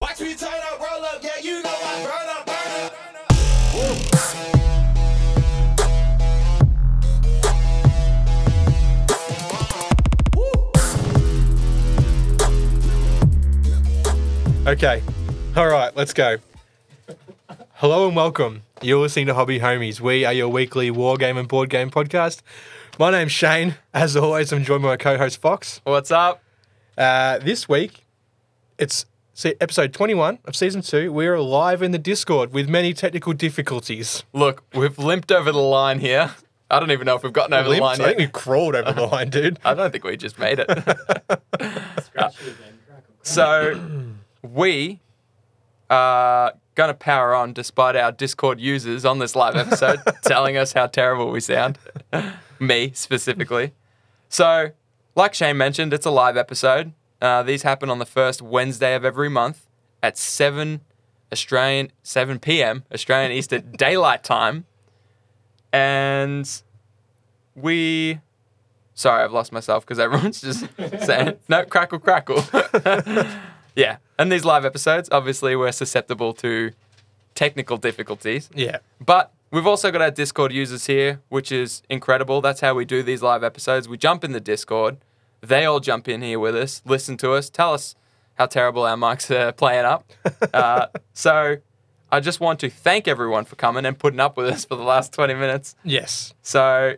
Watch me turn up, roll up, yeah, you know I burn up, burn up, burn up. Okay. All right, let's go. Hello and welcome. You're listening to Hobby Homies. We are your weekly war game and board game podcast. My name's Shane. As always, I'm joined by my co-host Fox. What's up? Uh, this week, it's se- episode 21 of season two. We are live in the Discord with many technical difficulties. Look, we've limped over the line here. I don't even know if we've gotten over Limped? eh? the I line think yet. we crawled over the line, dude. I don't think we just made it. so, we are going to power on despite our Discord users on this live episode telling us how terrible we sound. Me specifically. So, like Shane mentioned, it's a live episode. Uh, these happen on the first Wednesday of every month at 7 Australian 7 p.m. Australian Eastern Daylight Time. And we sorry, I've lost myself because everyone's just saying no crackle crackle. yeah. And these live episodes, obviously we're susceptible to technical difficulties. Yeah. But we've also got our Discord users here, which is incredible. That's how we do these live episodes. We jump in the Discord, they all jump in here with us, listen to us, tell us how terrible our mics are playing up. Uh, so I just want to thank everyone for coming and putting up with us for the last 20 minutes. Yes. So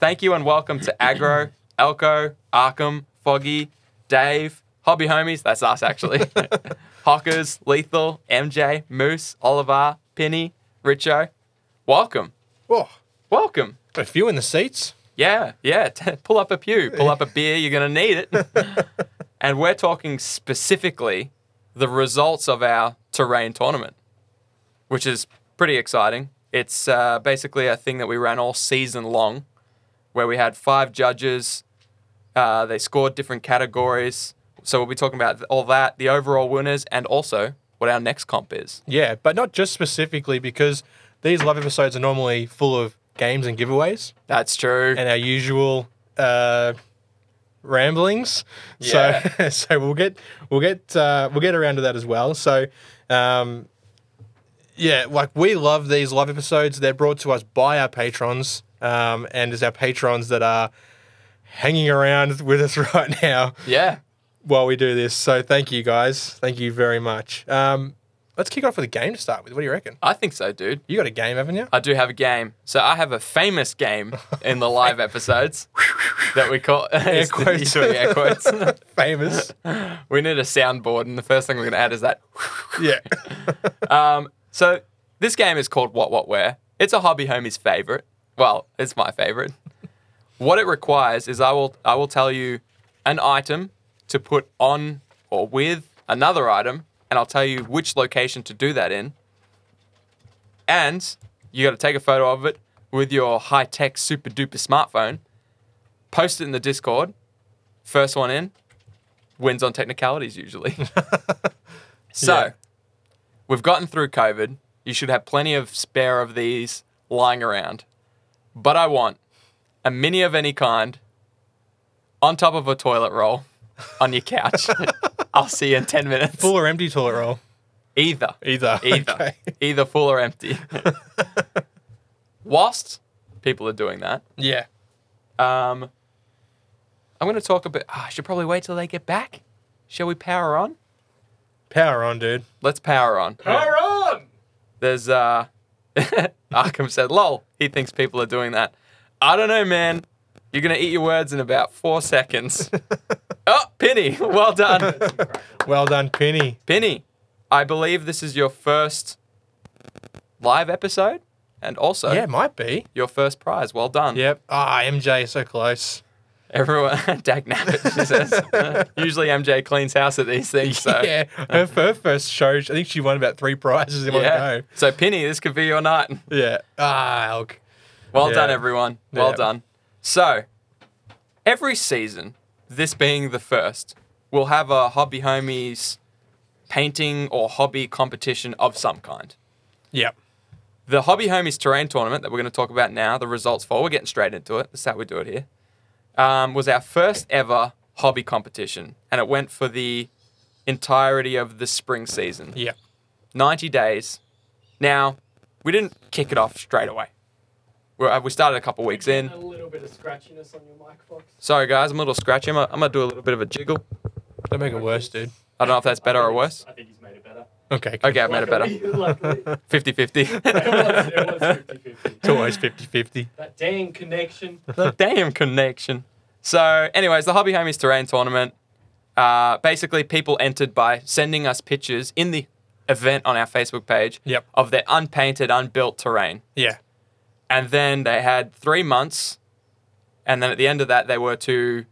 thank you and welcome to Agro, Elko, Arkham, Foggy, Dave, Hobby Homies, that's us actually, Hockers, Lethal, MJ, Moose, Oliver, Penny, Richo. Welcome. Whoa. Welcome. A few in the seats. Yeah, yeah. T- pull up a pew, pull up a beer, you're going to need it. and we're talking specifically the results of our terrain tournament, which is pretty exciting. It's uh, basically a thing that we ran all season long, where we had five judges. Uh, they scored different categories. So we'll be talking about all that, the overall winners, and also what our next comp is. Yeah, but not just specifically because these live episodes are normally full of games and giveaways. That's true. and our usual uh, ramblings. So so we'll get we'll get uh, we'll get around to that as well. So um, yeah, like we love these live episodes. They're brought to us by our patrons, um, and it's our patrons that are hanging around with us right now yeah. while we do this. So thank you guys. Thank you very much. Um, let's kick off with a game to start with. What do you reckon? I think so, dude. You got a game, haven't you? I do have a game. So I have a famous game in the live episodes that we call air quotes. air quotes. Famous. we need a soundboard, and the first thing we're going to add is that. yeah. Um, so this game is called What What Where. It's a hobby homie's favorite. Well, it's my favorite. What it requires is I will I will tell you an item to put on or with another item, and I'll tell you which location to do that in. And you got to take a photo of it with your high tech super duper smartphone, post it in the Discord. First one in wins on technicalities usually. so Yeah. we've gotten through COVID. You should have plenty of spare of these lying around. But I want a mini of any kind on top of a toilet roll on your couch. I'll see you in 10 minutes. Full or empty toilet roll? Either. Either. Either. Okay. Either full or empty. Whilst people are doing that, Yeah. um, I'm going to talk a bit. ah, I should probably wait till they get back. Shall we power on? Power on, dude. Let's power on. Power on! There's, uh, Arkham said, lol, he thinks people are doing that. I don't know, man. You're going to eat your words in about four seconds. oh, Penny, well done. Well done, Penny. Penny, I believe this is your first live episode and also Yeah, might be. your first prize. Well done. Yep. Ah, MJ, so close. Everyone, Dag Nabbit, she says. Usually MJ cleans house at these things. So. yeah, her, her first show, I think she won about three prizes in Yeah. one So, Penny, this could be your night. go. Yeah. Ah, elk. Well Yeah. done, everyone. Well Yeah. done. So, every season, this being the first, we'll have a Hobby Homies painting or hobby competition of some kind. Yep. The Hobby Homies Terrain Tournament that we're going to talk about now, the results for, we're getting straight into it. That's how we do it here. Um, was our first ever hobby competition, and it went for the entirety of the spring season. Yeah. 90 days. Now, we didn't kick it off straight away. We uh, we started a couple weeks in. A little bit of scratchiness on your mic, Fox. Sorry, guys, I'm a little scratchy. I'm gonna, I'm gonna do a little bit of a jiggle. Don't make it worse, dude. I don't know if that's better I or think he's- worse. I think he's made it better. Okay. Okay, I've made it better. Luckily- luckily. 50 50. It was, it was 50-50. It's always 50 50. That dang connection. the damn connection. So, anyways, the Hobby Homies Terrain Tournament. Uh, basically, people entered by sending us pictures in the event on our Facebook page Yep. of their unpainted, unbuilt terrain. Yeah. And then they had three months. And then at the end of that, they were to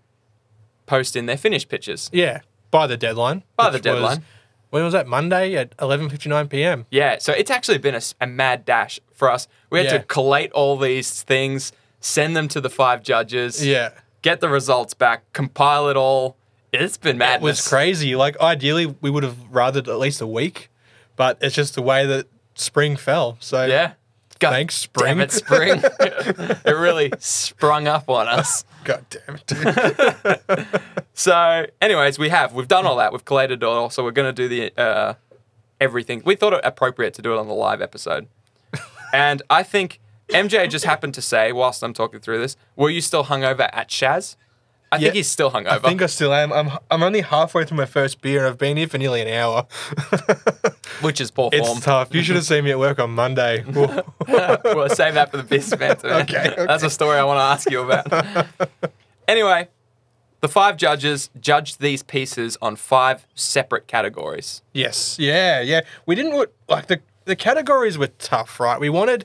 post in their finished pictures. Yeah. By the deadline. By the which was- deadline. when was that? Monday at 11.59 p.m. Yeah, so it's actually been a, s- a mad dash for us. We had Yeah. to collate all these things, send them to the five judges, Yeah. get the results back, compile it all. It's been madness. It was crazy. Like, ideally, we would have rathered at least a week, but it's just the way that spring fell. So, Yeah. God Thanks, Damn spring. it, spring. it really sprung up on us. God damn it, dude. So, anyways, we have we've done all that. We've collated it all. So we're gonna do the uh, everything. We thought it appropriate to do it on the live episode. And I think MJ just happened to say whilst I'm talking through this, were you still hungover at Shaz? I Yeah. think he's still I hungover. think I still am. I'm, I'm only halfway through my first beer and I've been here for nearly an hour. which is poor it's form. tough. You should have seen me at work on Monday. Whoa. well, save that for the best man. Okay, okay. That's a story I want to ask you about. anyway, the five judges judged these pieces on five separate categories. Yes. Yeah, yeah. We didn't want- like the the categories were tough, right? We wanted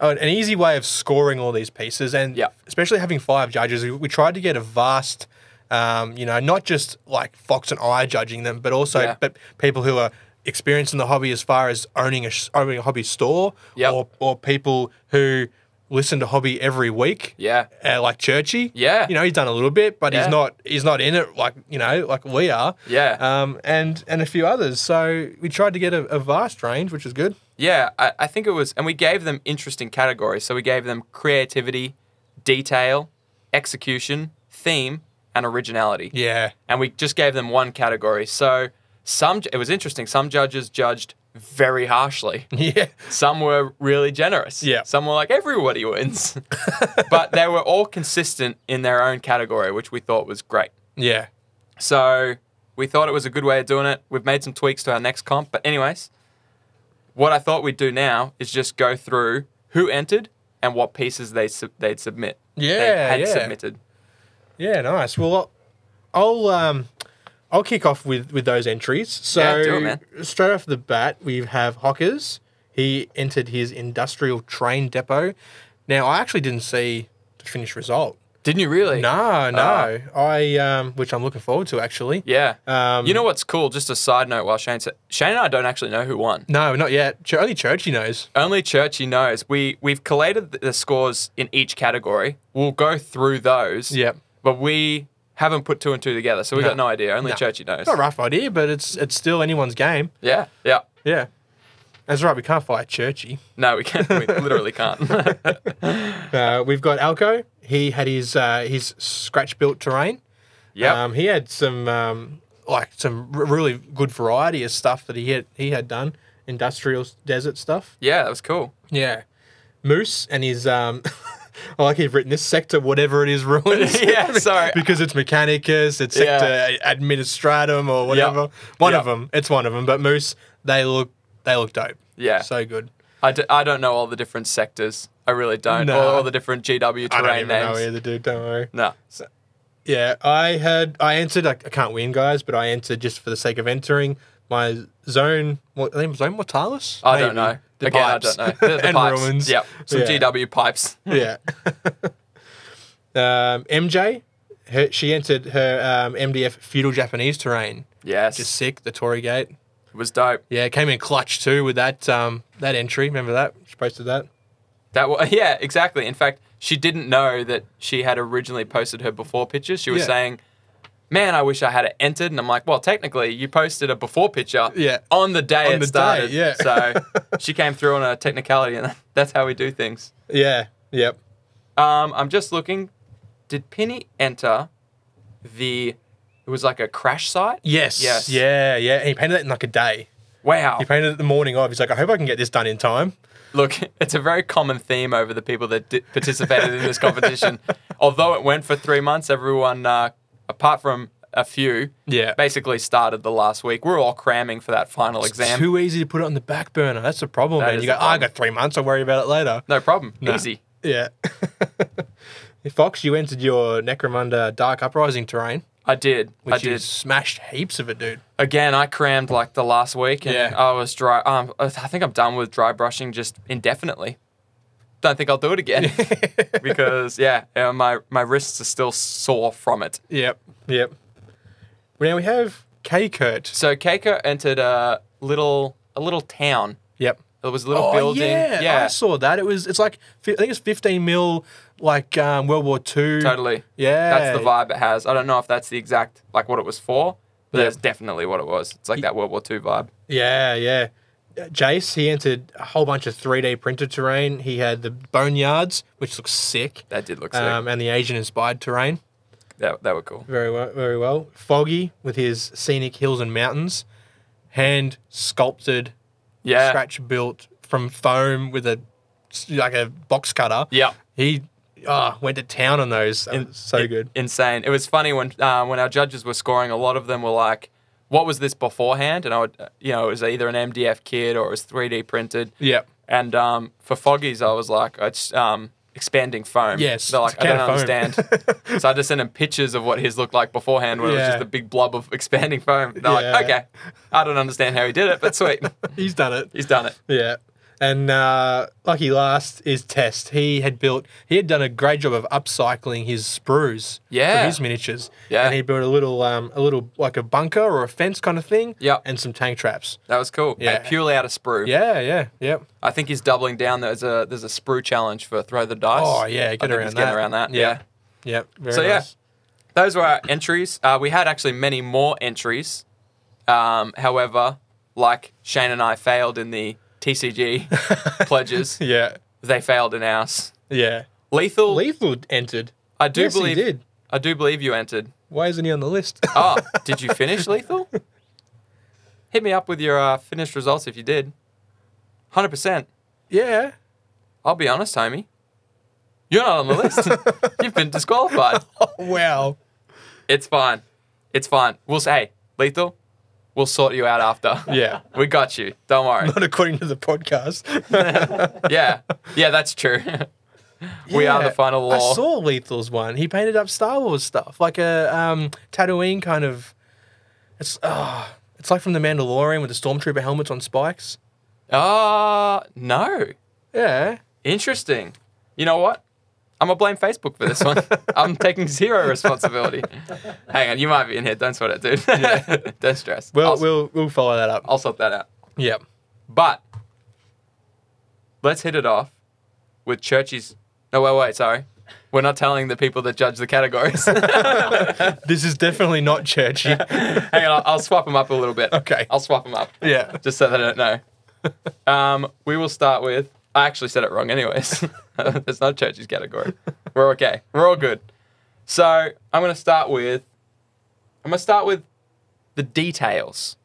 uh, an easy way of scoring all these pieces, and Yeah. especially having five judges, we, we tried to get a vast, um, you know, not just like Fox and I judging them, but also Yeah. but people who are experienced in the hobby as far as owning a sh- owning a hobby store, Yep. or or people who listen to hobby every week, Yeah. uh, like Churchy. Yeah. you know he's done a little bit, but Yeah. he's not he's not in it like you know like we are. Yeah. Um, and and a few others. So we tried to get a, a vast range, which is good. Yeah, I, I think it was, and we gave them interesting categories. So we gave them creativity, detail, execution, theme, and originality. Yeah. And we just gave them one category. So some, it was interesting. Some judges judged very harshly. Yeah. Some were really generous. Yeah. Some were like, everybody wins. but they were all consistent in their own category, which we thought was great. Yeah. So we thought it was a good way of doing it. We've made some tweaks to our next comp. But, anyways, what I thought we'd do now is just go through who entered and what pieces they sub- they'd submit. Yeah, They had yeah. submitted. Yeah. Nice. Well, I'll um, I'll kick off with with those entries. So Yeah, do it, man. straight off the bat, we have Hockers. He entered his industrial train depot. Now I actually didn't see the finished result. Didn't you really? No, no. I um, which I'm looking forward to actually. Yeah. Um, you know what's cool? Just a side note while Shane said, Shane and I don't actually know who won. No, not yet. Ch- only Churchy knows. Only Churchy knows. We we've collated th- the scores in each category. We'll go through those. Yep. But we haven't put two and two together, so we No. got no idea. Only No. Churchy knows. It's not a rough idea, but it's it's still anyone's game. Yeah. Yeah. Yeah. That's right, we can't fight Churchy. No, we can't. We literally can't. Uh, we've got Alco. He had his uh, his scratch built terrain. yep. Um, he had some um, like some r- really good variety of stuff that he had he had done industrial s- desert stuff. yeah, that was cool. Yeah. Moose and his um, I like he's written this sector whatever it is ruins. Yeah, sorry. because it's Mechanicus, it's Yeah. sector administratum or whatever. One of Yeah. them. It's one of them. But Moose, they look they look dope. Yeah. so good. I, d- I don't know all the different sectors. I really don't. No. All, all the different GW terrain I don't even names. know either, dude. Don't worry. No. Yeah, I had I entered. I, I can't win, guys, but I entered just for the sake of entering my zone. What I think zone mortalis? I Maybe. don't know. The Again, pipes. I don't know. The, the and pipes. ruins. Yep. Some Yeah. GW pipes. yeah. um, MJ, her, she entered her um, MDF feudal Japanese terrain. Yes. Just sick. The Tory Gate. it was dope. Yeah, came in clutch too with that um, that entry. Remember that? She posted that. That was, yeah, exactly. In fact, she didn't know that she had originally posted her before picture. She was Yeah. saying, "Man, I wish I had it entered." And I'm like, "Well, technically, you posted a before picture Yeah. on the day On it the day, started." yeah. So she came through on a technicality, and that's how we do things. Yeah. Yep. Um, I'm just looking. Did Penny enter the It was like a crash site. Yes. Yes. Yeah. Yeah. And he painted it in like a day. Wow. He painted it the morning of. He's like, I hope I can get this done in time. Look, it's a very common theme over the people that di- participated in this competition. Although it went for three months, everyone, uh, apart from a few, Yeah. basically started the last week. We're all cramming for that final exam. Too easy to put it on the back burner. That's the problem, That man. is You the go, oh, I problem. got three months. I'll worry about it later. no problem. Nah. Easy. Yeah. Fox, you entered your Necromunda Dark Uprising terrain, I did. which I did. you smashed heaps of it, dude. Again, I crammed like the last week, and Yeah. I was dry. Um, I think I'm done with dry brushing just indefinitely. Don't think I'll do it again because yeah, uh, my my wrists are still sore from it. Yep. Yep. Now we have K Kurt. So Keiko entered a little a little town. Yep. It was a little building. Oh, Yeah, I saw that. It was. It's like fi- I think it's fifteen mil, like um, World War Two. totally. Yeah, That's the vibe it has. I don't know if that's the exact like what it was for, but Yeah. that's definitely what it was. It's like that World War II vibe. Yeah, yeah. Uh, Jace, he entered a whole bunch of three D printed terrain. He had the boneyards, which looks sick, That did look sick. um, and the Asian inspired terrain. that that were cool. Very well, very well. Foggy with his scenic hills and mountains, hand sculpted, Yeah. scratch built from foam with a like a box cutter. Yeah. he ah went to town on those. That was so It- good. Insane. It was funny when uh, when our judges were scoring, a lot of them were like, "What was this beforehand?" And I would, uh, you know, it was either an MDF kit or it was 3D printed. Yep. And um, for Foggies, I was like, "It's um, expanding foam." Yes, They're it's like, a "I don't can of foam." understand." so I just sent them pictures of what his looked like beforehand, when it was Yeah. just a big blob of expanding foam. They're Yeah. like, "Okay, I don't understand how he did it, but sweet, He's done it. he's done it." Yeah. And uh, lucky last is Test. He had built, he had done a great job of upcycling his sprues Yeah. for his miniatures. Yeah. And he built a little, um, a little like a bunker or a fence kind of thing. Yep. And some tank traps. That was cool. Yeah. And purely out of sprue. Yeah, yeah, yeah. I think he's doubling down. There's a there's a sprue challenge for throw the dice. Oh, yeah, I get think around he's that. Getting around that. Yeah. yeah. Yep. Very So, yeah. nice. those were our entries. Uh, we had actually many more entries. Um, however, like Shane and I failed in the TCG pledges, Yeah. they failed in ours. Yeah. Lethal, Lethal entered. I do yes, believe he did. I do believe you entered. Why isn't he on the list? Oh, did you finish Lethal? Hit me up with your uh, finished results if you did. Hundred percent. yeah. I'll be honest, homie. You're not on the list. You've been disqualified. Wow. It's fine. It's fine. We'll say, hey, Lethal, we'll sort you out after. Yeah. We got you. Don't worry. Not according to the podcast. yeah. Yeah, that's true. we are the Yeah, final law. I saw Lethal's one. He painted up Star Wars stuff, like a um, Tatooine kind of. It's ah, it's like from the Mandalorian with the stormtrooper helmets on spikes. Ah, no. Yeah, Interesting. You know what? I'm going to blame Facebook for this one. I'm taking zero responsibility. Hang on, you might be in here. Don't sweat it, dude. Don't stress. we'll I'll, we'll we'll follow that up. I'll sort that out. Yep. But let's hit it off with Churchy's. No, wait, wait, sorry. We're not telling the people that judge the categories. This is definitely not churchy. Hang on, I'll, I'll swap them up a little bit. Okay. I'll swap them up. yeah. Just so they don't know. Um, we will start with. I actually said it wrong, anyways. That's not Churchy's category. We're okay. We're all good. So I'm going to start with. I'm going to start with the details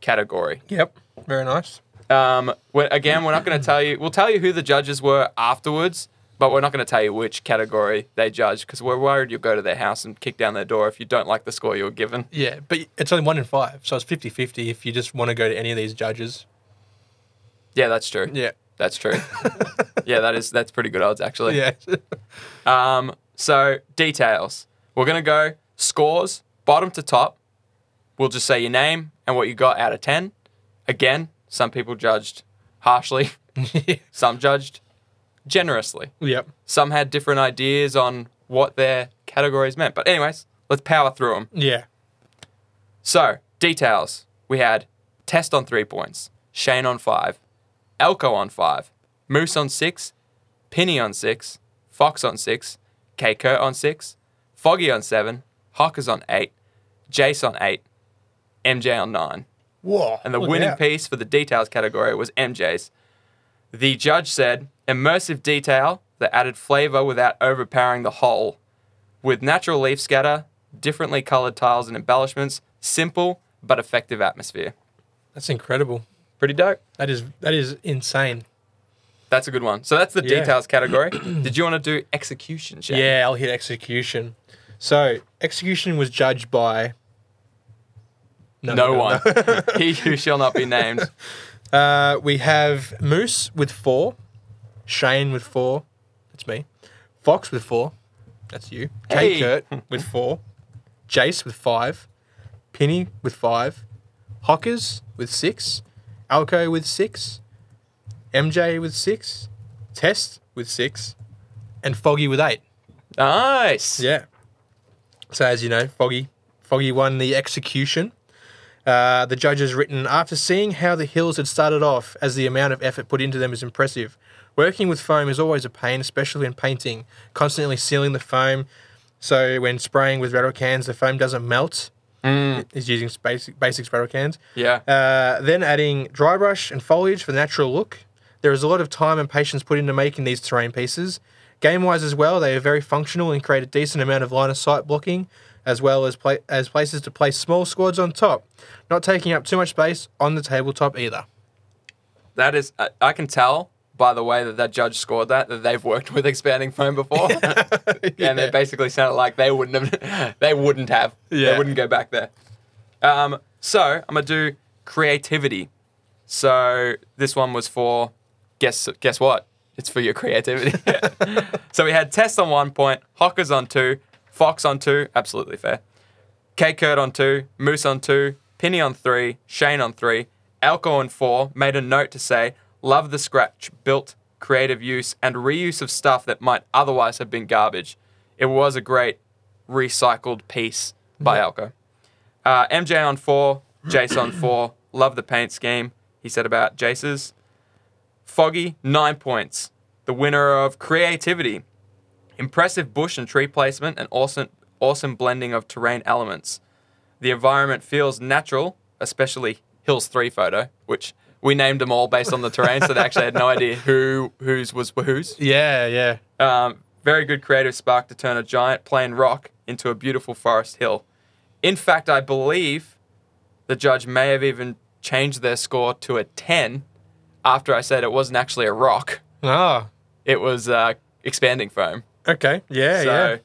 category. Yep. Very nice. Um, we again, we're not going to tell you. We'll tell you who the judges were afterwards, but we're not going to tell you which category they judged because we're worried you'll go to their house and kick down their door if you don't like the score you were given. Yeah, but it's only one in five, so it's 50-50 if you just want to go to any of these judges. Yeah, that's true. Yeah. That's true. yeah, that is that's pretty good odds actually. Yeah. Um, so details. We're gonna go scores bottom to top. We'll just say your name and what you got out of ten. Again, some people judged harshly, some judged generously. yep. Some had different ideas on what their categories meant. But anyways, let's power through them. Yeah. So, details. We had Test on three points, Shane on five, Elko on five, Moose on six, Penny on six, Fox on six, K Kurt on six, Foggy on seven, Hawkers on eight, Jace on eight, MJ on nine. Whoa. And the look winning out. piece for the details category was MJ's. The judge said, immersive detail that added flavor without overpowering the whole, with natural leaf scatter differently colored tiles and embellishments, simple but effective atmosphere. That's incredible. Pretty dope. That is that is insane. That's a good one. So that's the Yeah. details category. Did you want to do execution, Shane? Yeah, I'll hit execution. So execution was judged by No, one. he who shall not be named. Uh, we have Moose with four, Shane with four, that's me, Fox with four, that's you, Kate Hey. Kurt with four, Jace with five, Penny with five, Hockers with six, Alco with six, MJ with six, Test with six, and Foggy with eight. Nice. Yeah. So as you know, Foggy, Foggy won the execution. Uh, the judges written after seeing how the hills had started off, as the amount of effort put into them is impressive. Working with foam is always a pain, especially in painting. Constantly sealing the foam, so when spraying with rattle cans, the foam doesn't melt. Is using basic basic rattle cans. Yeah. Uh, then adding dry brush and foliage for the natural look. There is a lot of time and patience put into making these terrain pieces. Game wise as well, they are very functional and create a decent amount of line of sight blocking, as well as pla- as places to place small squads on top, not taking up too much space on the tabletop either. That is, I, I can tell by the way that that judge scored that that they've worked with expanding foam before, and they basically sounded like they wouldn't have, they wouldn't have, Yeah. they wouldn't go back there. Um, so I'm gonna do creativity. So this one was for guess guess what? It's for your creativity. so we had test on one point, Hockers on two, Fox on two, absolutely fair. K Kurt on two, Moose on two, Penny on three, Shane on three, Alco on four made a note to say, love the scratch, built, creative use, and reuse of stuff that might otherwise have been garbage. It was a great recycled piece by Alco. Uh, MJ on four, Jace on four, love the paint scheme. He said about Jace's. Foggy, nine points. The winner of creativity. Impressive bush and tree placement and awesome, awesome blending of terrain elements. The environment feels natural, especially Hills 3 photo, which we named them all based on the terrain, so they actually had no idea who whose was whose. Yeah, yeah. Um, very good creative spark to turn a giant plain rock into a beautiful forest hill. In fact, I believe the judge may have even changed their score to a 10 after I said it wasn't actually a rock, Ah, it was uh, expanding foam. okay. Yeah, So, yeah.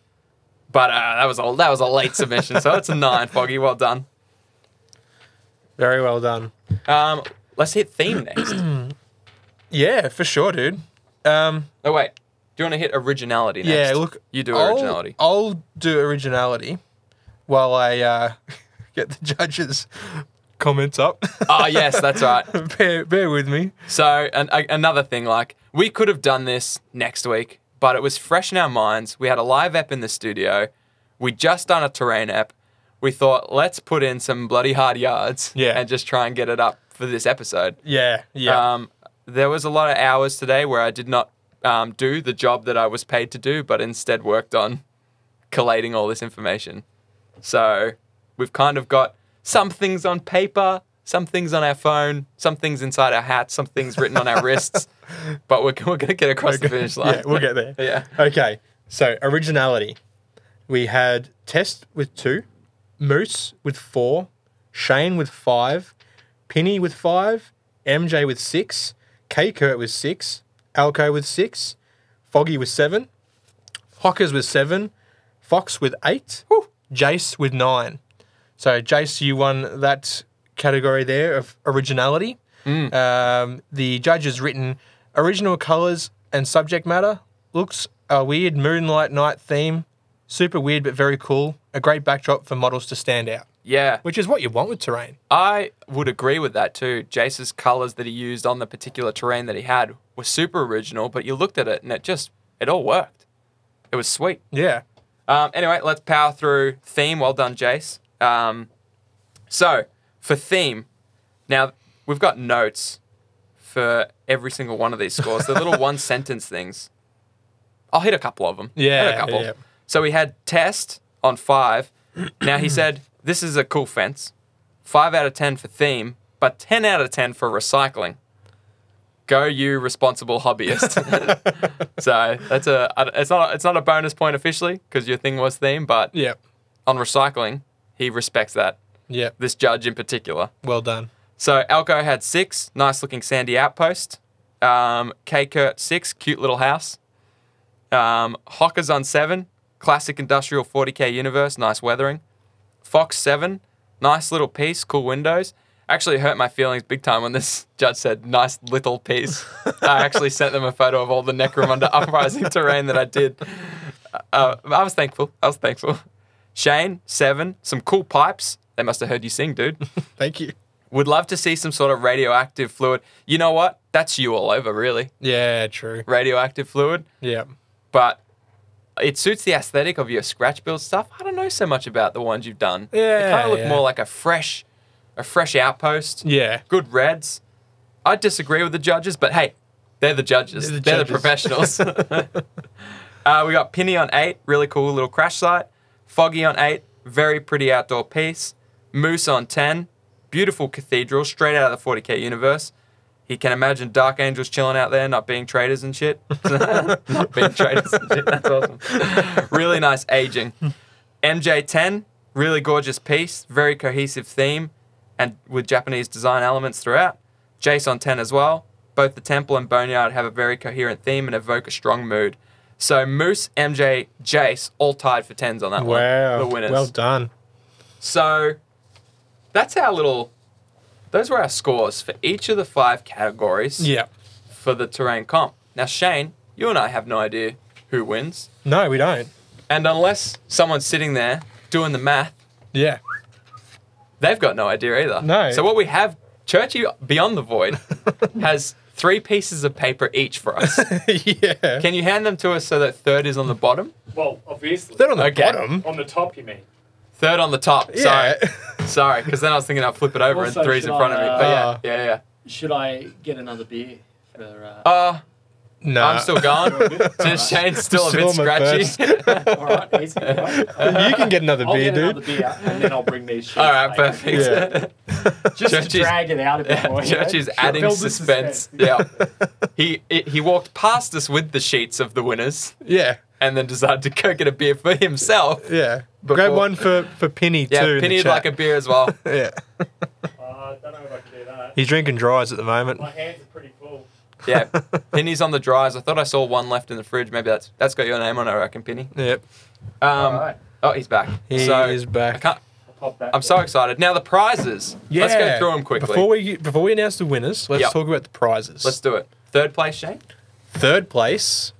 but uh, that was a that was a late submission, so it's a nine, Foggy. Well done. Very well done. Um, let's hit theme next. Yeah, for sure, dude. Um, Oh wait, do you want to hit originality next? Yeah, look, Oh. you do I'll- originality. I'll, do originality while I uh, get the judges' comments up. oh yes, that's right. bear, bear with me. So an, a, another thing, like we could have done this next week, but it was fresh in our minds. We had a live app in the studio. We just done a terrain app. We thought let's put in some bloody hard yards Yeah. and just try and get it up for this episode. Yeah, yeah, Um, there was a lot of hours today where I did not um, do the job that I was paid to do, but instead worked on collating all this information. So we've kind of got some things on paper, some things on our phone, some things inside our hats, some things written on our wrists, but we're, we're going to get across the finish line. yeah. We'll get there. Yeah. Okay, so originality. We had Test with two, Moose with four, Shane with five, Penny with five, MJ with six, K Kurt with six, Alco with six, Foggy with seven, Hockers with seven, Fox with eight, Jace with nine. So, Jace, you won that category there of originality. Mm. Um, the judges written original colors and subject matter, looks a weird moonlight night theme, super weird but very cool, a great backdrop for models to stand out, Yeah. which is what you want with terrain. I would agree with that too. Jace's colors that he used on the particular terrain that he had were super original, but you looked at it and it just, it all worked. It was sweet. Yeah. Um, anyway, let's power through theme. Well done, Jace. Um, so, for theme, now we've got notes for every single one of these scores. They're little one sentence things. I'll hit a couple of them. Hit Yeah, a couple. yeah. So, we had test on five. Now, he said, This is a cool fence. Five out of 10 for theme, but 10 out of 10 for recycling. Go, you responsible hobbyist. So that's a it's not it's not a bonus point officially because your thing was theme, but Yeah. on recycling, he respects that. Yeah. This judge in particular. Well done. So Alco had six, nice looking sandy outpost. Um, K Kurt six, cute little house. Um, Hockers on seven, classic industrial 40k universe, nice weathering. Fox seven, nice little piece, cool windows. Actually, it hurt my feelings big time when this judge said nice little piece. I actually sent them a photo of all the Necromunda uprising terrain that I did. Uh, I was thankful. I was thankful. Shane seven, some cool pipes. They must have heard you sing, dude. Thank you. Would love to see some sort of radioactive fluid. You know what? That's you all over, really. Yeah, true. Radioactive fluid. Yeah. But it suits the aesthetic of your scratch build stuff. I don't know so much about the ones you've done. They Yeah, kind of look yeah. more like a fresh a fresh outpost. Yeah. Good reds. I disagree with the judges, but hey, they're the judges. They're They're the, the judges. professionals. uh, we got Pinny on eight, really cool little crash site. Foggy on eight, very pretty outdoor piece. Moose on 10, beautiful cathedral, straight out of the 40k universe. He can imagine Dark Angels chilling out there, not being traders and shit. not being traders and shit. That's awesome. really nice aging. MJ10, really gorgeous piece, very cohesive theme, and with Japanese design elements throughout. Jason 10 as well. Both the temple and boneyard have a very coherent theme and evoke a strong mood. So Moose, MJ, Jace all tied for tens on that Wow. one. The winners. Well done. So that's our little. Those were our scores for each of the five categories Yeah. for the terrain comp. Now, Shane, you and I have no idea who wins. No, we don't. And unless someone's sitting there doing the math, Yeah. they've got no idea either. No. So, what we have, Churchy Beyond the Void has three pieces of paper each for us. yeah. Can you hand them to us so that third is on the bottom? Well, obviously. They're on the Okay. bottom. On the top, you mean? Third on the top. Yeah. Sorry. Sorry, because then I was thinking I'll flip it over Also, and three's in should front of me. I, uh, But yeah, yeah, yeah. Should I get another beer for? Uh, Uh, no. I'm still gone. Alright. Just Shane's still a Still bit on my first. scratchy. all right, easy. all right. you can get another I'll beer, get another dude. beer and then I'll bring these. sheets All right, later. Just perfect. to Churches- drag it out a bit more. you know? Church is Sure. adding Build the suspense. Yeah, he it, he walked past us with the sheets of the winners, Yeah. and then decided to go get a beer for himself. Yeah. Before- Grab one for, for Penny, Yeah, too. in the Penny'd chat. like a beer as well. Yeah. Uh, I don't know if I can do that. He's drinking dries at the moment. My hands are pretty full. Yeah, Penny's on the dries. I thought I saw one left in the fridge. Maybe that's that's got your name on it, I reckon, Penny. Yep. Um, Alright. Oh, he's back. He so is I back. can't, I'll pop that. I'm so excited. Now the prizes. Let's go through them quickly. Before we before we announce the winners, let's Yep. talk about the prizes. Let's do it. Third place, Shane. Third place,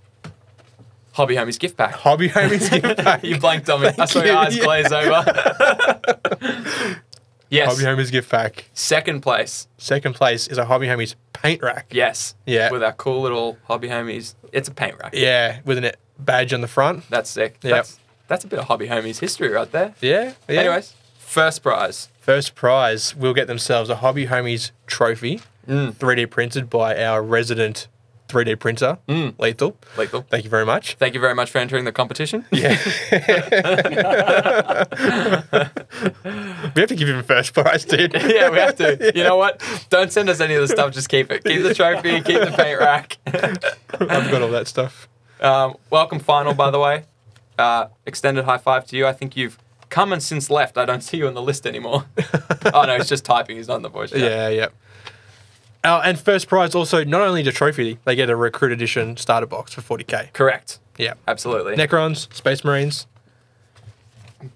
Hobby Homies gift pack. Hobby Homies gift pack. you blanked on me. I Thank saw your you. eyes Yeah. glaze over. yes. Hobby Homies gift pack. Second place. Second place is a Hobby Homies paint rack. Yes. Yeah. With our cool little hobby homies. It's a paint rack. Yeah, with a badge on the front. That's sick. Yep. That's that's a bit of hobby homies history right there. Yeah. yeah. Anyways, first prize. First prize will get themselves a Hobby Homies trophy, Mm. 3D printed by our resident 3D printer, Mm. Lethal. Lethal. Thank you very much. Thank you very much for entering the competition. Yeah. we have to give him first prize, dude. yeah, we have to. You know what? Don't send us any of the stuff. Just keep it. Keep the trophy. Keep the paint rack. I've got all that stuff. Um, welcome, final, by the way. Uh, extended high five to you. I think you've come and since left. I don't see you on the list anymore. oh no, it's just typing. He's not in the voice. chat. Uh, Yeah, yeah. Oh, and first prize also not only the trophy, they get a recruit edition starter box for 40k. Correct. Yeah. Absolutely. Necrons, Space Marines.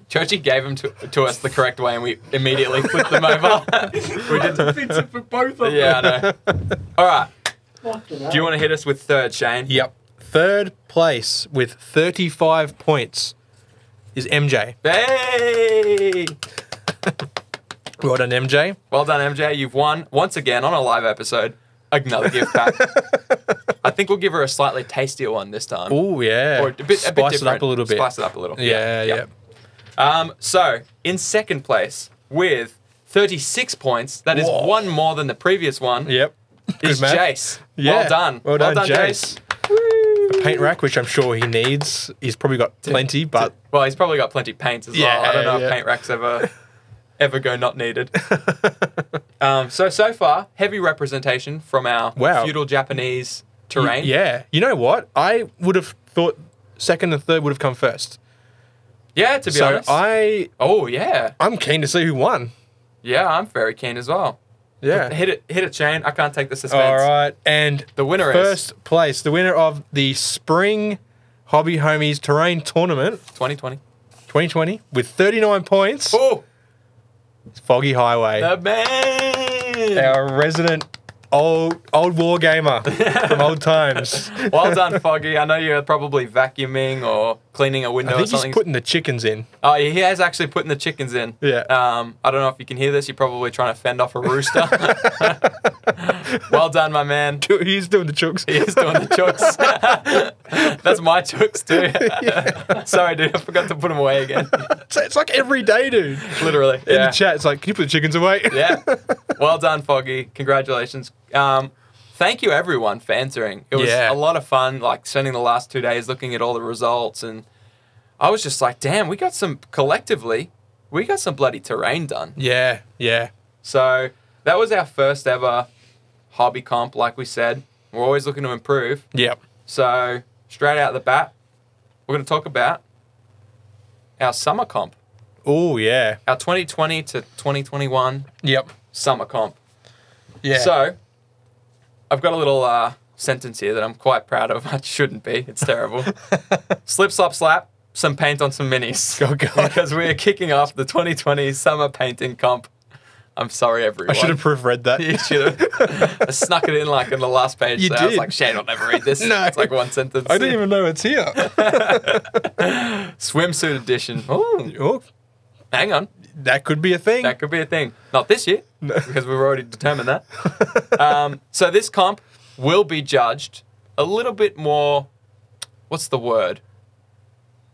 Churchy gave them to, to us the correct way, and we immediately flipped them over. we did. Fix it for both of Yeah, I know. All right. them. Do you want to hit us with third, Shane? Yep. Third place with 35 points is MJ. Hey! Well done, MJ. Well done, MJ. You've won once again on a live episode. Another gift pack. I think we'll give her a slightly tastier one this time. Oh, yeah. Or a bit, a bit Spice it different. up a little bit. Spice it up a little. Yeah, yeah. Um, so in second place with 36 points, that is Whoa. one more than the previous one, Yep. is math. Jace. Yeah. Well done. Well done, Jace. Jace. A paint rack, which I'm sure he needs. He's probably got plenty, but Well, he's probably got plenty of paints as well. I Yeah, don't know yeah. if paint racks ever ever go not needed. um, so so far, heavy representation from our Wow. feudal Japanese terrain. yeah. You know what? I would have thought second and third would have come first. Yeah, to be so honest. I oh yeah, I'm keen to see who won. yeah, I'm very keen as well. Yeah. Hit it, hit it, Shane. I can't take the suspense. All right, and The winner is first place, the winner of the Spring Hobby Homies Terrain Tournament 2020. 2020 with 39 points. Oh, It's Foggy Highway. the man! our resident old old war gamer from old times. well done, Foggy. I know you're probably vacuuming or cleaning a window I or think he's something. putting the chickens in. oh, he has actually putting the chickens in. Yeah. Um, I don't know if you can hear this. You're probably trying to fend off a rooster. well done, my man. He's doing the chooks. He is doing the chooks. That's my chooks too. Sorry, dude. I forgot to put them away again. It's, it's like every day, dude. Literally. In yeah. the chat, it's like, can you put the chickens away? yeah. Well done, Foggy. Congratulations. Um, thank you, everyone, for answering. It was Yeah. a lot of fun, like spending the last two days looking at all the results. And I was just like, damn, we got some collectively, we got some bloody terrain done. yeah, yeah. So that was our first ever hobby comp, like we said. We're always looking to improve. Yep. So, straight out the bat, we're going to talk about our summer comp, Oh, yeah. our 2020 to 2021 Yep. summer comp. Yeah. So, I've got a little uh, sentence here that I'm quite proud of. I shouldn't be. It's terrible. Slip, slop, slap. Some paint on some minis. Oh, God. Because we are kicking off the 2020 summer painting comp. I'm sorry, I everyone. should have proofread that. You should have. I snuck it in like in the last page. You so I was did. like, Shane will never read this. No. It's like one sentence. I didn't even know it's here. Swimsuit edition. Ooh, oh, hang on. that could be a thing. That could be a thing. Not this year, because we've already determined that. Uh, um, so this comp will be judged a little bit more. What's the word?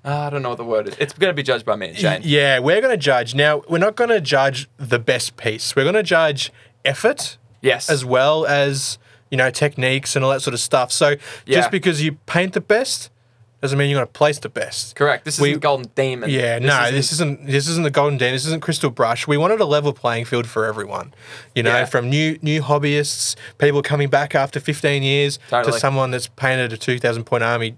Ah, I don't know what the word is. It's going to be judged by me and Shane. Yeah, we're going to judge. Now, we're not going to judge the best piece. We're going to judge effort Yes. as well as, you know, techniques and all that sort of stuff. So Yeah. just because you paint the best doesn't mean you're going to place the best. Correct. This We- isn't Golden Demon. Yeah, This no, isn't- this isn't this isn't the golden den. This isn't crystal brush. We wanted a level playing field for everyone, you know, Yeah. from new new hobbyists, people coming back after 15 years, Totally. to someone that's painted a 2,000 point army,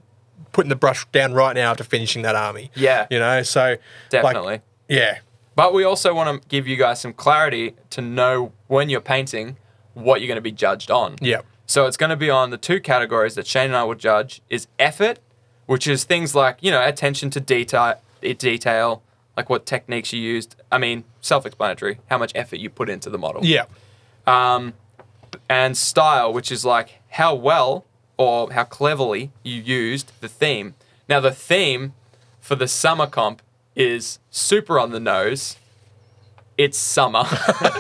putting the brush down right now after finishing that army. Yeah. you know, so Definitely. like, yeah, But we also want to give you guys some clarity to know when you're painting what you're going to be judged on. Yep. So it's going to be on the two categories that Shane and I will judge is effort, which is things like, you know, attention to detail, detail, like what techniques you used. I mean, self-explanatory, how much effort you put into the model. yeah, Um, and style, which is like how well or how cleverly you used the theme. Now, the theme for the summer comp is super on the nose. It's summer.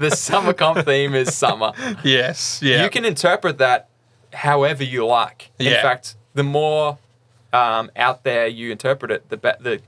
the summer comp theme is summer. yes, yeah. You can interpret that however you like. In Yeah. fact, the more um, out there you interpret it, the, be- the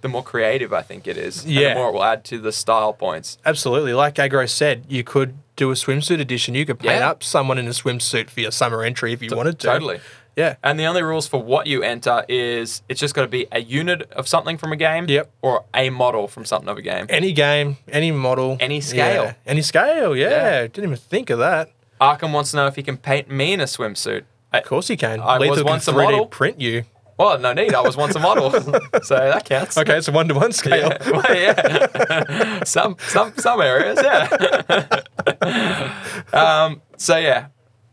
the more creative I think it is. and Yeah. the more it will add to the style points. absolutely. Like Agro said, you could do a swimsuit edition. You could paint Yeah. up someone in a swimsuit for your summer entry if you wanted to. Totally. Yeah. And the only rules for what you enter is it's just got to be a unit of something from a game Yep. or a model from something of a game. Any game, any model, Any scale. Yeah. any scale. Yeah. yeah, didn't even think of that. Arkham wants to know if he can paint me in a swimsuit. I, Of course he can. I was can once a model. print you. well, no need. I was once a model. so that counts. Okay, it's a one to one scale. Yeah. Well, yeah. some, some, some areas, yeah. um, so, yeah.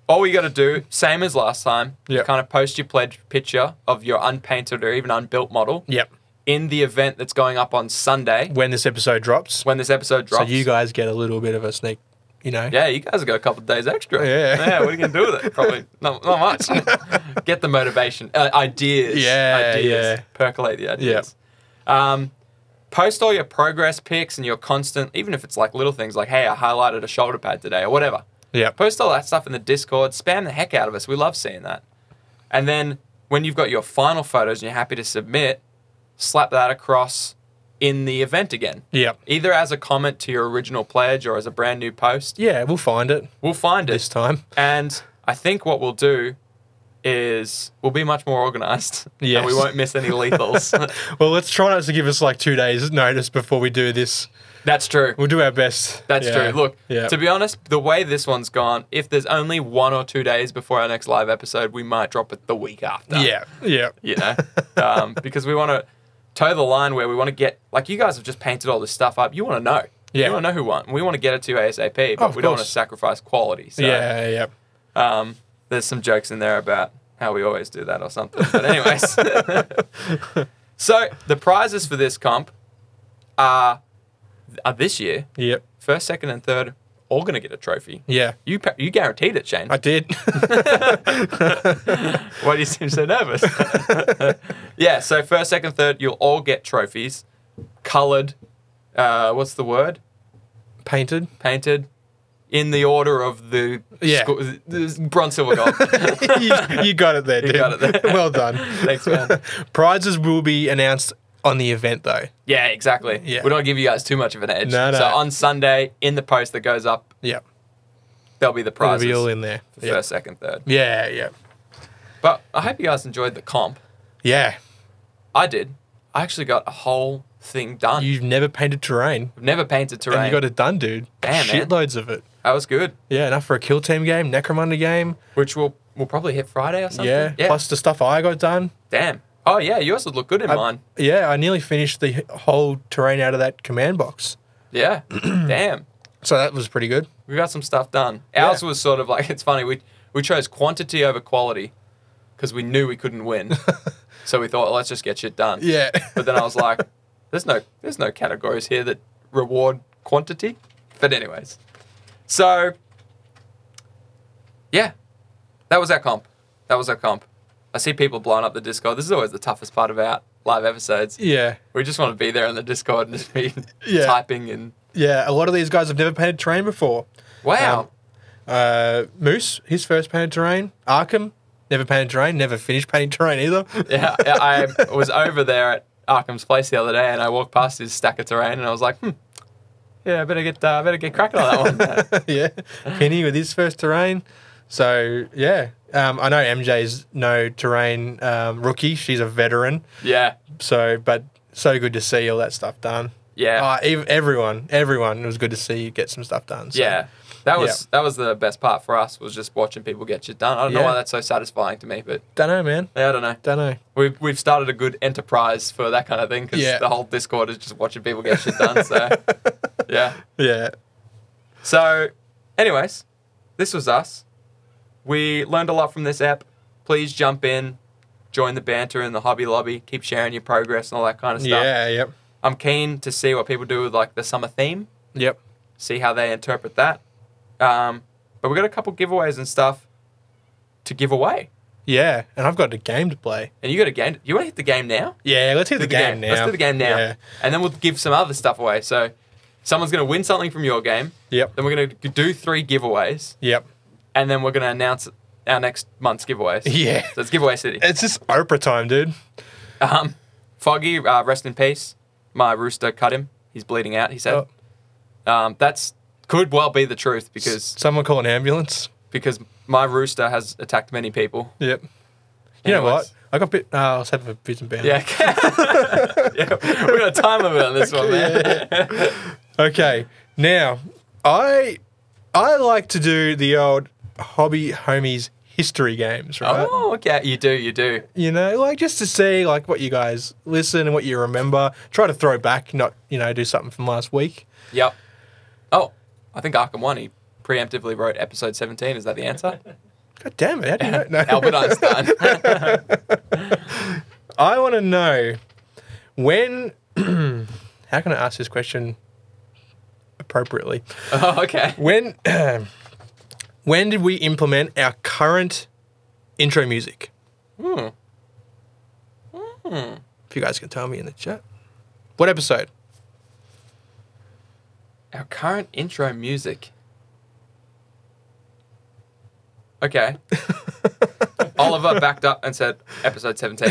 All you got to do, same as last time, Yep. kind of post your pledge picture of your unpainted or even unbuilt model Yep. in the event that's going up on Sunday. When this episode drops, when this episode drops. so you guys get a little bit of a sneak, you know. yeah, you guys have got a couple of days extra. Yeah. yeah. What are you gonna do with it? Probably not, not much. Get the motivation, uh, ideas. Yeah, ideas. yeah. Percolate the ideas. Um, post all your progress pics and your constant, even if it's like little things like, hey, I highlighted a shoulder pad today or whatever. Yep. Post all that stuff in the Discord. Spam the heck out of us. We love seeing that. And then when you've got your final photos and you're happy to submit, slap that across in the event again Yep. either as a comment to your original pledge or as a brand new post. Yeah, we'll find it We'll find this it. time. And I think what we'll do is we'll be much more organized. And we Yes. won't miss any lethals. Well, let's try not to give us like two days notice before we do this. That's true. We'll do our best. That's Yeah. true. Look, yeah. to be honest, the way this one's gone, if there's only one or two days before our next live episode, we might drop it the week after. yeah, yeah, You know? um, because we want to. toe the line where we want to get. Like you guys have just painted all this stuff up. You want to know. Yeah. You want to know who won. We want to get it to ASAP, but Oh, of we don't want to course. sacrifice quality. So yeah, yeah. um, there's some jokes in there about how we always do that or something. But anyways, so the prizes for this comp are, are this year. Yep. First, second, and third all gonna get a trophy. Yeah. You pa- you guaranteed it, Shane. I did. Why do you seem so nervous? yeah, so first, second, third, you'll all get trophies, coloured. Uh, what's the word? Painted. Painted, in the order of the Yeah. sco- the bronze, silver, gold. you, you got it there, You dude. got it there. well done. Thanks, man. Prizes will be announced on the event, though. yeah, exactly. Yeah. We don't give you guys too much of an edge. No, no. So on Sunday, in the post that goes up, Yeah. there'll be the It'll prizes. be all in there. for Yeah. First, second, third. Yeah, yeah. But I hope you guys enjoyed the comp. Yeah. I did. I actually got a whole thing done. You've never painted terrain, I've never painted terrain. and you got it done, dude. Damn, man. Shitloads of it. that was good. Yeah, enough for a kill team game, necromunda game. Which will will probably hit Friday or something. Yeah. Plus the stuff I got done. Damn. Oh yeah, yours would look good in I- mine. Yeah, I nearly finished the h- whole terrain out of that command box. Yeah. Damn. So that was pretty good. We got some stuff done. Yeah. Ours was sort of like it's funny we we chose quantity over quality because we knew we couldn't win, so we thought let's just get shit done. Yeah. But then I was like, there's no there's no categories here that reward quantity. But anyways, so yeah, that was our comp. That was our comp. I see people blowing up the Discord. This is always the toughest part about live episodes. yeah. We just want to be there in the Discord and just be Yeah. typing and Yeah. A lot of these guys have never painted terrain before. wow. Um, Uh, Moose, his first painted terrain. Arkham, never painted terrain, never finished painting terrain either. yeah, I I was over there at Arkham's place the other day, and I walked past his stack of terrain, and I was like, hmm, yeah, I better get uh, better get cracking on that one. yeah. Penny with his first terrain. So, yeah. Um, I know MJ's no terrain um, rookie. She's a veteran. yeah, So, but so good to see all that stuff done. yeah, Uh, ev- everyone, everyone, it was good to see you get some stuff done. So. yeah. That was yeah. that was the best part for us was just watching people get shit done. I don't know Yeah. why that's so satisfying to me, but Don't know, man. yeah, I don't know. Don't know. We've we've started a good enterprise for that kind of thing because Yeah. the whole Discord is just watching people get shit done. So yeah. Yeah. So, anyways, this was us. We learned a lot from this app. Please jump in, join the banter in the hobby lobby, keep sharing your progress and all that kind of stuff. Yeah. Yep. I'm keen to see what people do with like the summer theme, Yep. see how they interpret that. Um, but we got a couple giveaways and stuff to give away. Yeah. And I've got a game to play. And you got a game. You want to hit the game now? Yeah. Let's hit the, Do game, now. Let's do the game now. Yeah. And then we'll give some other stuff away. So someone's going to win something from your game. Yep. Then we're going to do three giveaways. Yep. and then we're going to announce our next month's giveaways. Yeah. So it's giveaway city. It's just Oprah time, dude. Um, Foggy, uh, rest in peace. My rooster cut him. He's bleeding out. He Oh, said, um, "That's could well be the truth because Someone call an ambulance. because my rooster has attacked many people." Yep. You know Anyways. what? I got bit. Uh, I was having a bit and band. Yeah. yeah. We got a time limit on this one, man. Okay. Now, I I like to do the old hobby homies history games, right? Oh, okay. You do. You do. You know, like just to see like what you guys listen and what you remember. Try to throw back, not you know, do something from last week. Yep. Oh, I think Arkham One. He preemptively wrote episode seventeen. Is that the answer? God damn it! How do you know? No. Albert Einstein. I want to know when. how can I ask this question appropriately? oh, okay. When when did we implement our current intro music? Hmm. If you guys can tell me in the chat, what episode? Our current intro music. Okay. Oliver backed up and said, episode 17.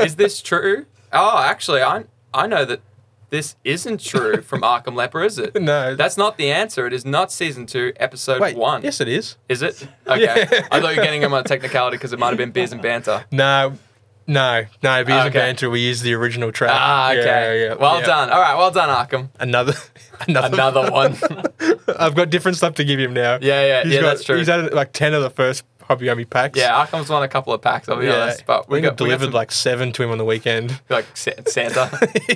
Is this true? Oh, actually, I, I know that this isn't true from Arkham Leper, is it? No. That's not the answer. It is not season two, episode Wait, one. yes, it is. Is it? Okay. Yeah. I thought you were getting him on a technicality because it might have been Beers and Banter. No, no, no. Beers and Okay. banter. We used the original track. Ah, okay. Yeah, yeah, well yeah. done. All right. Well done, Arkham. Another, another, Another one. I've got different stuff to give him now. Yeah, yeah, He's yeah, got- that's true. He's had like ten of the first hobby hobby packs. Yeah, Arkham's won a couple of packs, I'll be honest. But we we got we got delivered some- like seven to him on the weekend. like Sa- Santa.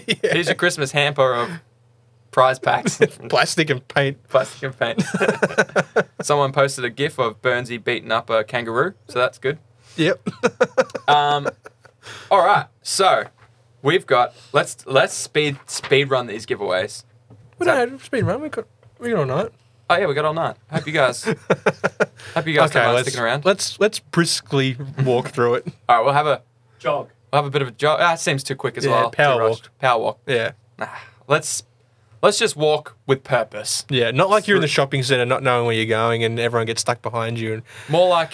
Yeah. Here's your Christmas hamper of prize packs, plastic and paint. plastic and paint. Someone posted a GIF of Burnsy beating up a kangaroo, so that's good. Yep. Um, all right, so we've got let's let's speed speed run these giveaways. we that- don't have speed run. We got we got all night. Oh yeah, we got all night. Hope you guys hope you guys don't mind let's sticking around. let's let's briskly walk through it. All right, we'll have a Jog. we'll have a bit of a jog. Ah, it seems too quick as Yeah, well. Too power rushed. Power walk. Yeah. Nah, let's let's just walk with purpose. Yeah, not like you're in the shopping center not knowing where you're going and everyone gets stuck behind you and More like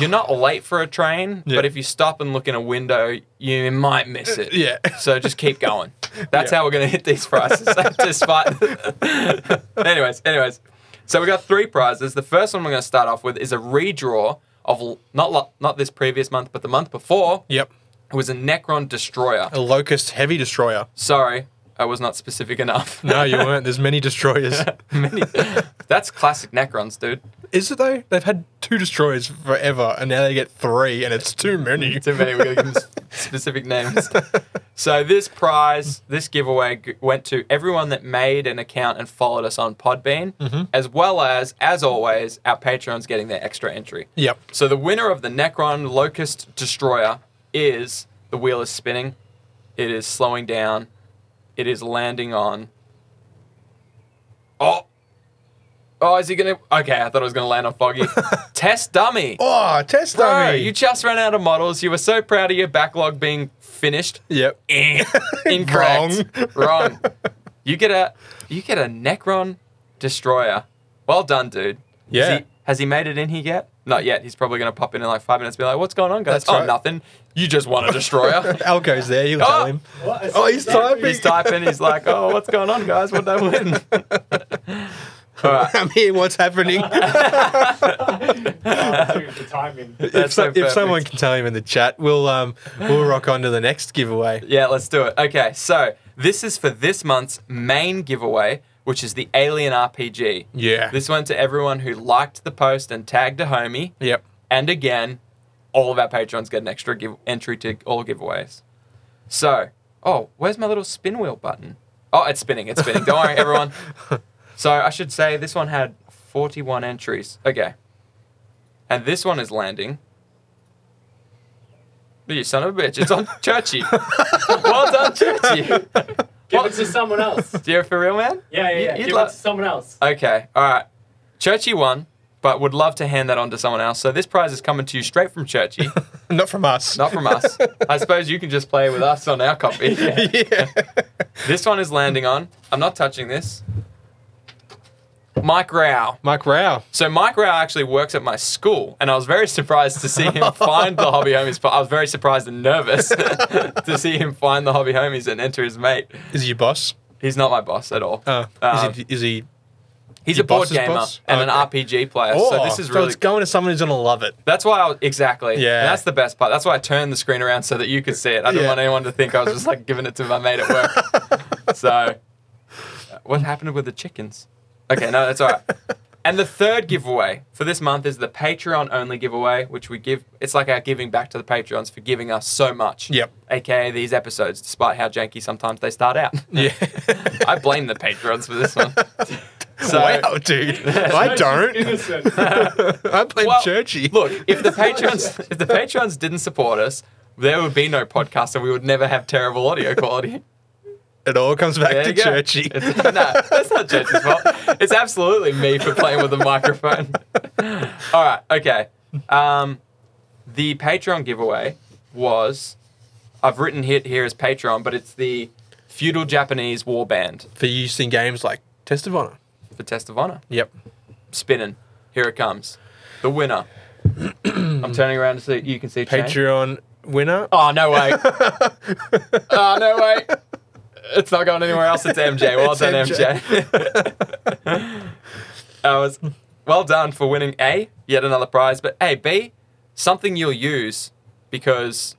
you're not late for a train, Yeah. but if you stop and look in a window, you might miss it. yeah. So just keep going. That's Yeah. how we're going to hit these prizes. despite. anyways, anyways. So we got three prizes. The first one we're going to start off with is a redraw of l- not lo- not this previous month, but the month before. Yep. It was a Necron destroyer. A locust heavy destroyer. Sorry, I was not specific enough. No, you weren't. There's many destroyers. Many- That's classic Necrons, dude. Is it though? They've had two destroyers forever and now they get three and it's too many. Too many. We're going to give them s- specific names. So this prize, this giveaway g- went to everyone that made an account and followed us on Podbean, as well as, as always, our Patreon's getting their extra entry. Yep. So the winner of the Necron Locust Destroyer is the wheel is spinning, it is slowing down, it is landing on. Oh, oh, is he gonna? Okay, I thought it was gonna land on Foggy. Test dummy. Oh, test Bro, dummy. you just ran out of models. You were so proud of your backlog being finished. yep. Eh, Incorrect. Wrong. You get a you get a Necron destroyer. Well done, dude. Yeah. Has he, has he made it in here yet? Not yet. He's probably going to pop in in like five minutes. and Be like, what's going on, guys? That's oh, right. nothing. You just won a destroyer. Alco's there, you'll tell Oh! him. What? Oh, he's typing. he's typing. He's like, oh, what's going on, guys? What'd I win? All right. I'm here, what's happening? the timing. if, That's so so- if someone perfect. can tell him in the chat, we'll um we'll rock on to the next giveaway. Yeah, let's do it. Okay, so this is for this month's main giveaway, which is the Alien RPG. Yeah. This went to everyone who liked the post and tagged a homie. Yep. And again, all of our patrons get an extra give- entry to all giveaways. So, oh, where's my little spin wheel button? Oh, it's spinning, it's spinning. Don't worry, everyone. So, I should say this one had 41 entries. Okay. And this one is landing. You son of a bitch, it's on Churchy. well done, Churchy. Give it to someone else. Do you for real, man? Yeah, yeah, You- yeah. you'd Give it love- to someone else. Okay, all right. Churchy won, but would love to hand that on to someone else. So this prize is coming to you straight from Churchy, Not from us. not from us. I suppose you can just play with us on our copy. yeah. This one is landing on. I'm not touching this. Mike Rao. Mike Rao. So Mike Rao actually works at my school, and I was very surprised to see him find the hobby homies. But I was very surprised and nervous to see him find the hobby homies and enter his mate. Is he your boss? He's not my boss at all. Uh, Um, is, he, is he? He's a your board boss's gamer boss? and Okay. Oh, an RPG player. uh, so this is really it's going to someone who's going to love it. That's why I was, exactly. Yeah. And that's the best part. That's why I turned the screen around so that you could see it. I didn't Yeah. want anyone to think I was just like giving it to my mate at work. so, uh, what happened with the chickens? Okay, no, that's all right. And the third giveaway for this month is the Patreon only giveaway, which we give. It's like our giving back to the Patreons for giving us so much. Yep. AKA these episodes, despite how janky sometimes they start out. Yeah. I blame the Patreons for this one. So, wow, dude. I don't. Innocent. I play Well, churchy. Look, if the patrons if the patrons didn't support us, there would be no podcast and we would never have terrible audio quality. it all comes back There to you go. churchy. It's, no, that's not Churchy's fault. It's absolutely me for playing with the microphone. All right, okay. Um, the Patreon giveaway was I've written hit here as Patreon, but it's the feudal Japanese war band For use in games like Test of Honor. for Test of Honor. Yep. Spinning. Here it comes. The winner. I'm turning around so you can see Shane. Patreon winner. Oh no way! oh no way! It's not going anywhere else. It's MJ. Well It's done, MJ. MJ. I was well done for winning A, yet another prize, but A B, something you'll use because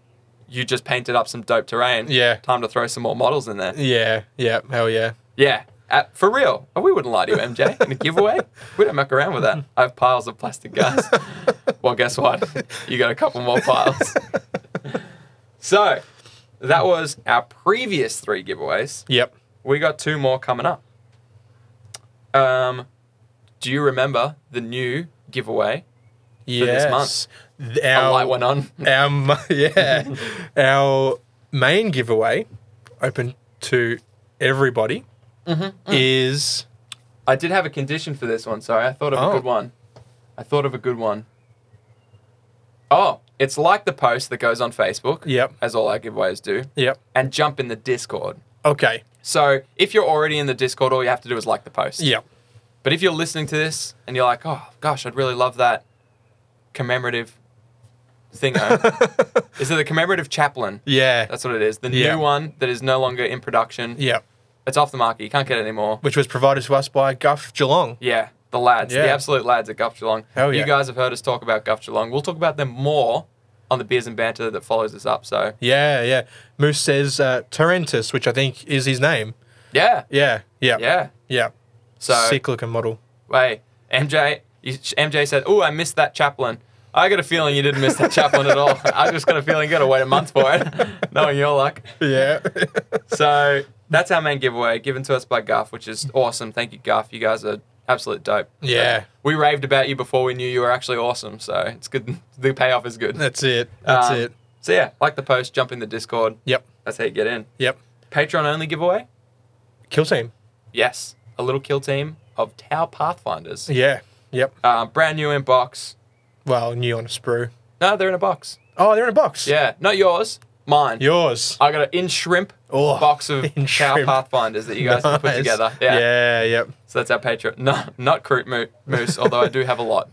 you just painted up some dope terrain. Yeah. Time to throw some more models in there. Yeah. Yeah. Hell yeah. Yeah. Uh, for real, we wouldn't lie to you, MJ. In a giveaway, we don't muck around with that. I have piles of plastic guys. Well, guess what? you got a couple more piles. so that was our previous three giveaways. Yep. We got two more coming up. Um, do you remember the new giveaway? this month. month. A Our, light went on. our mo- yeah, our main giveaway, open to everybody, Mm-hmm, mm. is I did have a condition for this one. Sorry, I thought of Oh. a good one. I thought of a good one. Oh, it's like the post that goes on Facebook. Yep. As all our giveaways do. yep. And jump in the Discord. Okay. So if you're already in the Discord, all you have to do is like the post. Yep. But if you're listening to this and you're like, oh gosh, I'd really love that commemorative thing. is it the commemorative chaplain? Yeah. That's what it is. The Yeah. new one that is no longer in production. yep. It's off the market. You can't get it anymore. Which was provided to us by Guff Geelong. Yeah, the lads, the Yeah. absolute lads at Guff Geelong. Hell yeah. You guys have heard us talk about Guff Geelong. We'll talk about them more on the beers and banter that follows us up. So Yeah, yeah. Moose says uh, Torrentus, which I think is his name. yeah, Yeah, yeah, yeah. yeah. So Sick looking model. wait, MJ, you, MJ said, "Oh, I missed that chaplain." I got a feeling you didn't miss that chaplain at all. I just got a feeling you got to wait a month for it, knowing your luck. Yeah. So that's our main giveaway given to us by Guff, which is awesome. Thank you, Guff. You guys are absolute dope. Yeah. We raved about you before we knew you were actually awesome. So it's good. The payoff is good. That's it. That's Um, it. So yeah, like the post, jump in the Discord. Yep. That's how you get in. Yep. Patreon only giveaway? Kill team. Yes. A little kill team of Tau Pathfinders. Yeah. Yep. Uh, brand new in box. Well, new on a sprue. No, they're in a box. Oh, they're in a box. Yeah. Not yours. Mine. Yours. I got an in shrimp Oh, box of in Tau shrimp. Pathfinders that you guys have put Nice. together. Yeah. Yeah. Yep. So that's our Patreon. No, not Croot Mo- Moose, although I do have a lot.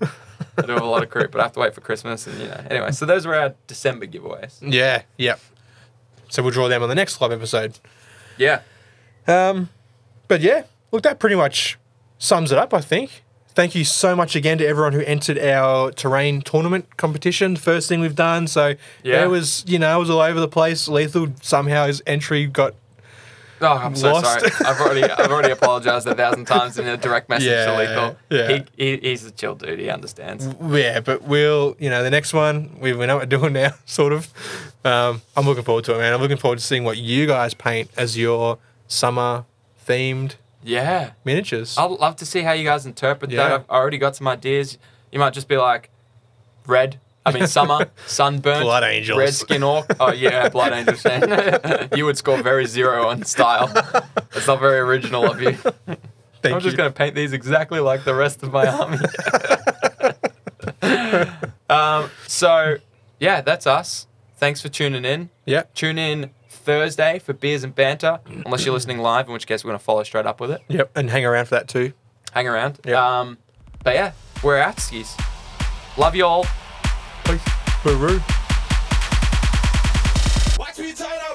I do have a lot of Croot, but I have to wait for Christmas and you know. Anyway, so those were our December giveaways. Yeah. Yep. So we'll draw them on the next live episode. Yeah. Um, but yeah, look, that pretty much sums it up, I think. Thank you so much again to everyone who entered our terrain tournament competition. First thing we've done. So Yeah. it was, you know, it was all over the place. Lethal somehow his entry got. Oh, I'm so Lost. sorry. I've already I've already apologized a thousand times in a direct message Yeah, to Lethal. yeah. He, he, he's a chill dude. He understands. Yeah, but we'll, you know, the next one, we, we know what we're doing now, sort of. Um, I'm looking forward to it, man. I'm looking forward to seeing what you guys paint as your summer themed Yeah. miniatures. I'd love to see how you guys interpret that. Yeah. I've already got some ideas. You might just be like, red. I mean, summer, sunburn, Blood angels. red skin orc. Oh yeah, blood angels. man. you would score very zero on style. That's not very original of you. Thank I'm just you. going to paint these exactly like the rest of my army. um, so, yeah, that's us. Thanks for tuning in. yeah, Tune in Thursday for beers and banter, unless you're listening live, in which case we're going to follow straight up with it. yep. And hang around for that too. Hang around. Yeah. Um, but yeah, we're out, skis. Love you all. Peru. Watch me turn up.